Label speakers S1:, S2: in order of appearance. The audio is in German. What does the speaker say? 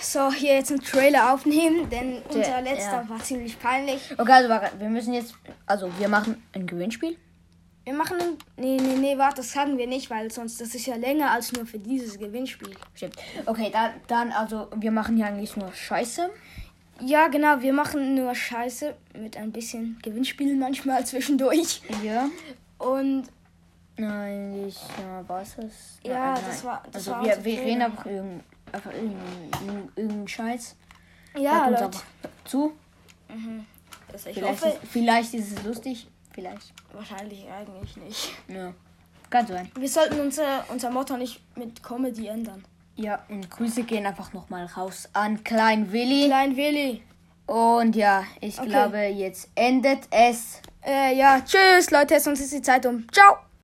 S1: so hier jetzt einen Trailer aufnehmen, denn
S2: Der-
S1: unser letzter
S2: ja.
S1: war ziemlich peinlich.
S2: Okay, also warte, wir müssen jetzt. Also, wir machen ein Gewinnspiel.
S1: Wir machen einen. Nee, nee, nee, warte, das hatten wir nicht, weil sonst das ist ja länger als nur für dieses Gewinnspiel.
S2: Stimmt. Okay, dann, dann, also, wir machen hier eigentlich nur Scheiße.
S1: Ja, genau, wir machen nur Scheiße mit ein bisschen Gewinnspielen manchmal zwischendurch.
S2: Ja.
S1: Und
S2: Nein, ich ja, weiß es.
S1: Ja,
S2: nein,
S1: das
S2: nein.
S1: war- das
S2: also,
S1: war
S2: wir,
S1: unser
S2: wir
S1: Fehler.
S2: reden einfach irgendeinen einfach irgendeinen irgendeinen Scheiß.
S1: ja,
S2: Hört uns
S1: Leute, also
S2: aber zu.
S1: ich
S2: Vielleicht,
S1: hoffe,
S2: ist, vielleicht ist es lustig. Vielleicht.
S1: wahrscheinlich eigentlich nicht.
S2: Ja. Kann sein.
S1: Wir sollten unser, unser Motto nicht mit Comedy ändern.
S2: Ja, und Grüße gehen einfach nochmal raus an Klein Willi.
S1: Klein Willi.
S2: Und ja, ich
S1: Okay.
S2: glaube, jetzt endet es.
S1: Äh, ja, tschüss, Leute, sonst ist die Zeit um. Ciao.